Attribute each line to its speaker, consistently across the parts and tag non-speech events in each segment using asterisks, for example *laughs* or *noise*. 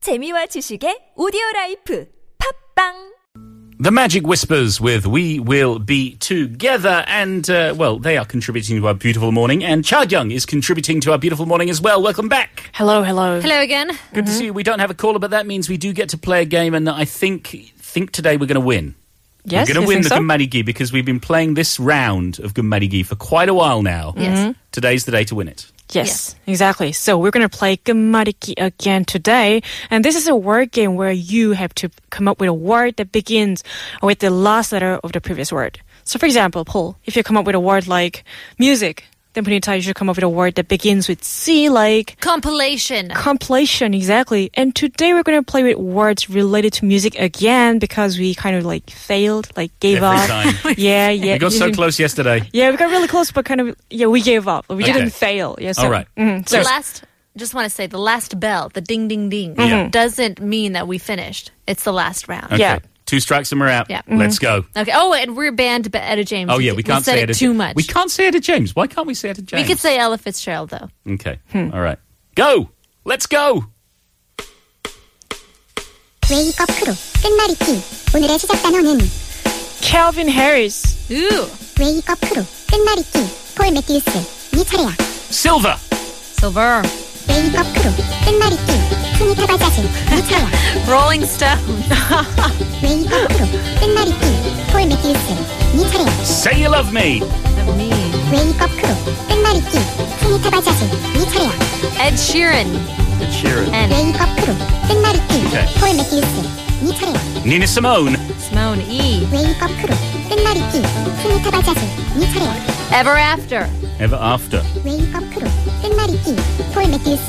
Speaker 1: 재미와 지식의 오디오 라이프 팝빵
Speaker 2: The Magic Whispers with We Will Be Together. And, uh, well, they are contributing to our beautiful morning. And Cha Young is contributing to our beautiful morning as well. Welcome back.
Speaker 3: Hello, hello.
Speaker 4: Hello again.
Speaker 2: Good
Speaker 3: Mm-hmm.
Speaker 2: to see you. We don't have a caller, but that means we do get to play a game. And I think think today we're going to win.
Speaker 3: Yes,
Speaker 2: we're going to
Speaker 3: you
Speaker 2: win
Speaker 3: think
Speaker 2: the
Speaker 3: so?
Speaker 2: Gumarigi because we've been playing this round of Gumarigi for quite a while now.
Speaker 4: Yes.
Speaker 3: Mm-hmm.
Speaker 2: Today's the day to win it.
Speaker 3: Yes, exactly. So we're going to play Gamariki again today. And this is a word game where you have to come up with a word that begins with the last letter of the previous word. So for example, Paul, if you come up with a word like music, then Punita, you should come up with a word that begins with C like
Speaker 4: Compilation.
Speaker 3: compilation exactly and today we're going to play with words related to music again because we kind of like failed like gave
Speaker 2: Every
Speaker 3: up
Speaker 2: time.
Speaker 3: *laughs* yeah yeah
Speaker 2: We got so close yesterday.
Speaker 3: Yeah, we got really close, but kind of yeah, we gave up. We
Speaker 2: Okay.
Speaker 3: didn't fail. Yeah, so,
Speaker 2: All right.
Speaker 3: Mhm, so
Speaker 4: The last, just want to say, the last bell, the ding ding ding,
Speaker 2: Mm-hmm. Yeah.
Speaker 4: doesn't mean that we finished. It's the last round.
Speaker 2: Okay.
Speaker 3: Yeah. Mm-hmm.
Speaker 2: Two strikes and we're out.
Speaker 4: Yeah.
Speaker 2: Let's go.
Speaker 4: Okay. Oh, and we're banned by Etta James.
Speaker 2: Oh, yeah, we can't say
Speaker 4: said it,
Speaker 2: it
Speaker 4: too much.
Speaker 2: We can't say it at James. Why can't we say it at James?
Speaker 4: We could say Ella Fitzgerald though.
Speaker 2: Okay. All right. Go. Let's go.
Speaker 5: 웨이 거크로 끝말잇기 오늘의 시작 단어는
Speaker 3: Calvin Harris,
Speaker 4: Ooh,
Speaker 5: 웨이 거크로 끝말잇기 폴 매튜스 네 차례야
Speaker 2: Silver.
Speaker 4: Silver,
Speaker 5: 웨이 거크로 끝말잇기 스니 타바자스 네 차례야
Speaker 4: Rolling
Speaker 5: *laughs*
Speaker 4: Stone,
Speaker 5: 웨이 거크로 끝말잇기 폴 매튜스 네 차례야
Speaker 2: Say you love me.
Speaker 4: me,
Speaker 5: 웨이 거크로 끝말잇기 스니 타바자스 네 차례야
Speaker 4: Ed Sheeran,
Speaker 2: Ed Sheeran.
Speaker 4: and
Speaker 5: 웨이 거크로
Speaker 2: 오케이.
Speaker 5: 끝말잇기 폴 매튜스 네 차례야
Speaker 2: Nina Simone.
Speaker 4: Simone E,
Speaker 5: 웨이 거크로 끝말잇기 스니 타바자스 네 차례야
Speaker 4: Ever After,
Speaker 2: Ever After.
Speaker 5: 웨이 거크로 끝말잇기 폴 매튜스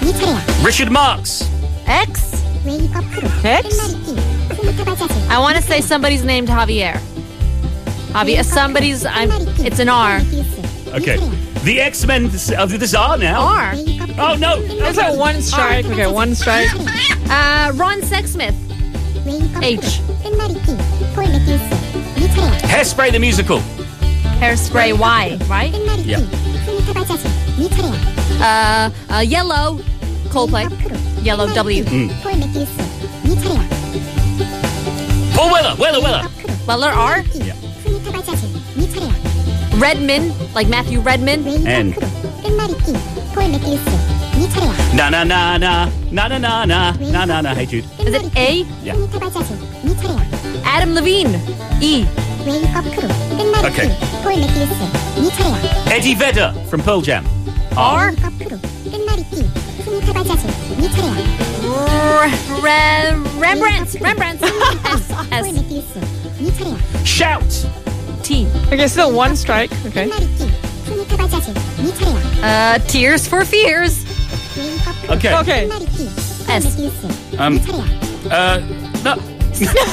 Speaker 5: 네 차례야
Speaker 2: Richard Marx.
Speaker 4: X.
Speaker 5: 웨이 거크로
Speaker 3: X?
Speaker 5: 끝말잇기 스니 타바자스
Speaker 4: I want to say somebody's named Javier. Javier, somebody's. I'm. It's an R.
Speaker 2: Okay. The X Men. Uh, this R now.
Speaker 4: R.
Speaker 2: Oh no.
Speaker 3: that's like one strike. Okay, one strike.
Speaker 4: Uh, Ron Sexsmith. H.
Speaker 5: 끝말잇기 폴 매튜스 네 차례야
Speaker 2: Hairspray the musical.
Speaker 4: Hairspray Y, right?
Speaker 5: 끝말잇기
Speaker 2: Yeah.
Speaker 5: 스니 타바자스 네 차례야
Speaker 4: Uh, uh, yellow. Coldplay. Yellow W.
Speaker 2: Mm.
Speaker 5: 폴 매튜스 네 차례야
Speaker 2: Paul Weller. Weller Weller.
Speaker 4: Butler R.
Speaker 2: Yeah.
Speaker 5: 스니 타바자스 네 차례야
Speaker 4: Redman, like Matthew Redman.
Speaker 5: 웨이
Speaker 2: N.
Speaker 5: 거크로 끝말잇기 폴 매튜스 네 차례야
Speaker 2: Na na na na na na na na na na na. Hey Jude.
Speaker 4: Is it A?
Speaker 2: Yeah.
Speaker 5: 스니 타바자스 네 차례야
Speaker 4: Adam Levine. E.
Speaker 5: 웨이 거크로 끝말잇기
Speaker 2: Okay.
Speaker 5: 폴 매튜스 네 차례야
Speaker 2: Eddie Vedder from Pearl Jam.
Speaker 5: 웨이 거크로 끝말잇기 스니 타바자스 네
Speaker 2: *laughs*
Speaker 5: 차례야
Speaker 4: R- Re- Rembrandt. Rembrandt. S.
Speaker 5: 폴
Speaker 4: S.
Speaker 5: 매튜스 네 차례야
Speaker 2: Shout.
Speaker 4: T.
Speaker 3: Okay, still one strike. Okay.
Speaker 5: 끝말잇기 스니 타바자스 네 차례야
Speaker 4: Uh, Tears for Fears.
Speaker 5: 웨이 거크로
Speaker 2: Okay.
Speaker 3: Okay.
Speaker 5: 끝말잇기 폴
Speaker 4: S.
Speaker 5: 매튜스
Speaker 2: Um,
Speaker 5: 네 차례야
Speaker 2: Uh. No.
Speaker 4: Silent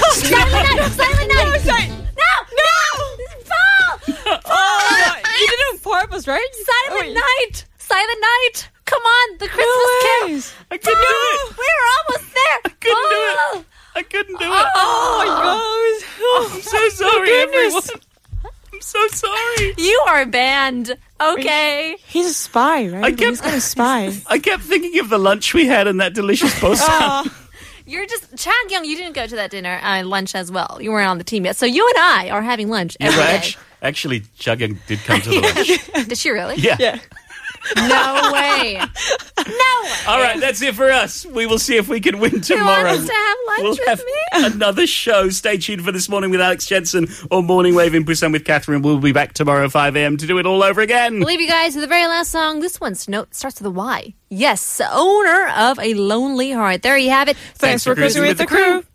Speaker 4: Night. Silent Night. No, No.
Speaker 2: *laughs*
Speaker 4: Paul.
Speaker 3: Oh, you did it on purpose, right? Oh,
Speaker 4: Silent Night. Silent Night. Come on, the
Speaker 3: No
Speaker 4: Christmas
Speaker 3: ways.
Speaker 2: I couldn't do it.
Speaker 4: We were almost there.
Speaker 2: Couldn't do it. I couldn't do it.
Speaker 3: Oh my gosh.
Speaker 2: I'm so sorry,
Speaker 3: goodness.
Speaker 2: everyone. I'm so sorry.
Speaker 4: You are banned. Okay.
Speaker 3: He's a spy, right?
Speaker 2: I kept-
Speaker 3: He's kind of spy.
Speaker 2: I kept thinking of the lunch we had and that delicious bossa.
Speaker 3: Oh,
Speaker 4: You're just Chang Young. You didn't go to that dinner uh, lunch as well. You weren't on the team yet. So you and I are having lunch
Speaker 2: Yeah,
Speaker 4: every
Speaker 2: well,
Speaker 4: day.
Speaker 2: actu- actually, Chagyang did come to the lunch.
Speaker 4: Did she really?
Speaker 2: *laughs* Yeah.
Speaker 3: *laughs* yeah.
Speaker 4: No way. no.
Speaker 2: All right, that's it for us. We will see if we can win tomorrow.
Speaker 4: us to have lunch
Speaker 2: we'll
Speaker 4: with
Speaker 2: have another show. Stay tuned for this morning with Alex Jensen or Morning Wave in Busan with Catherine. We'll be back tomorrow at 5 a.m. to do it all over again.
Speaker 4: We'll leave you guys with the very last song. This one's note starts with a Y. Yes, owner of a lonely heart. There you have it.
Speaker 3: Thanks for cruising with the crew.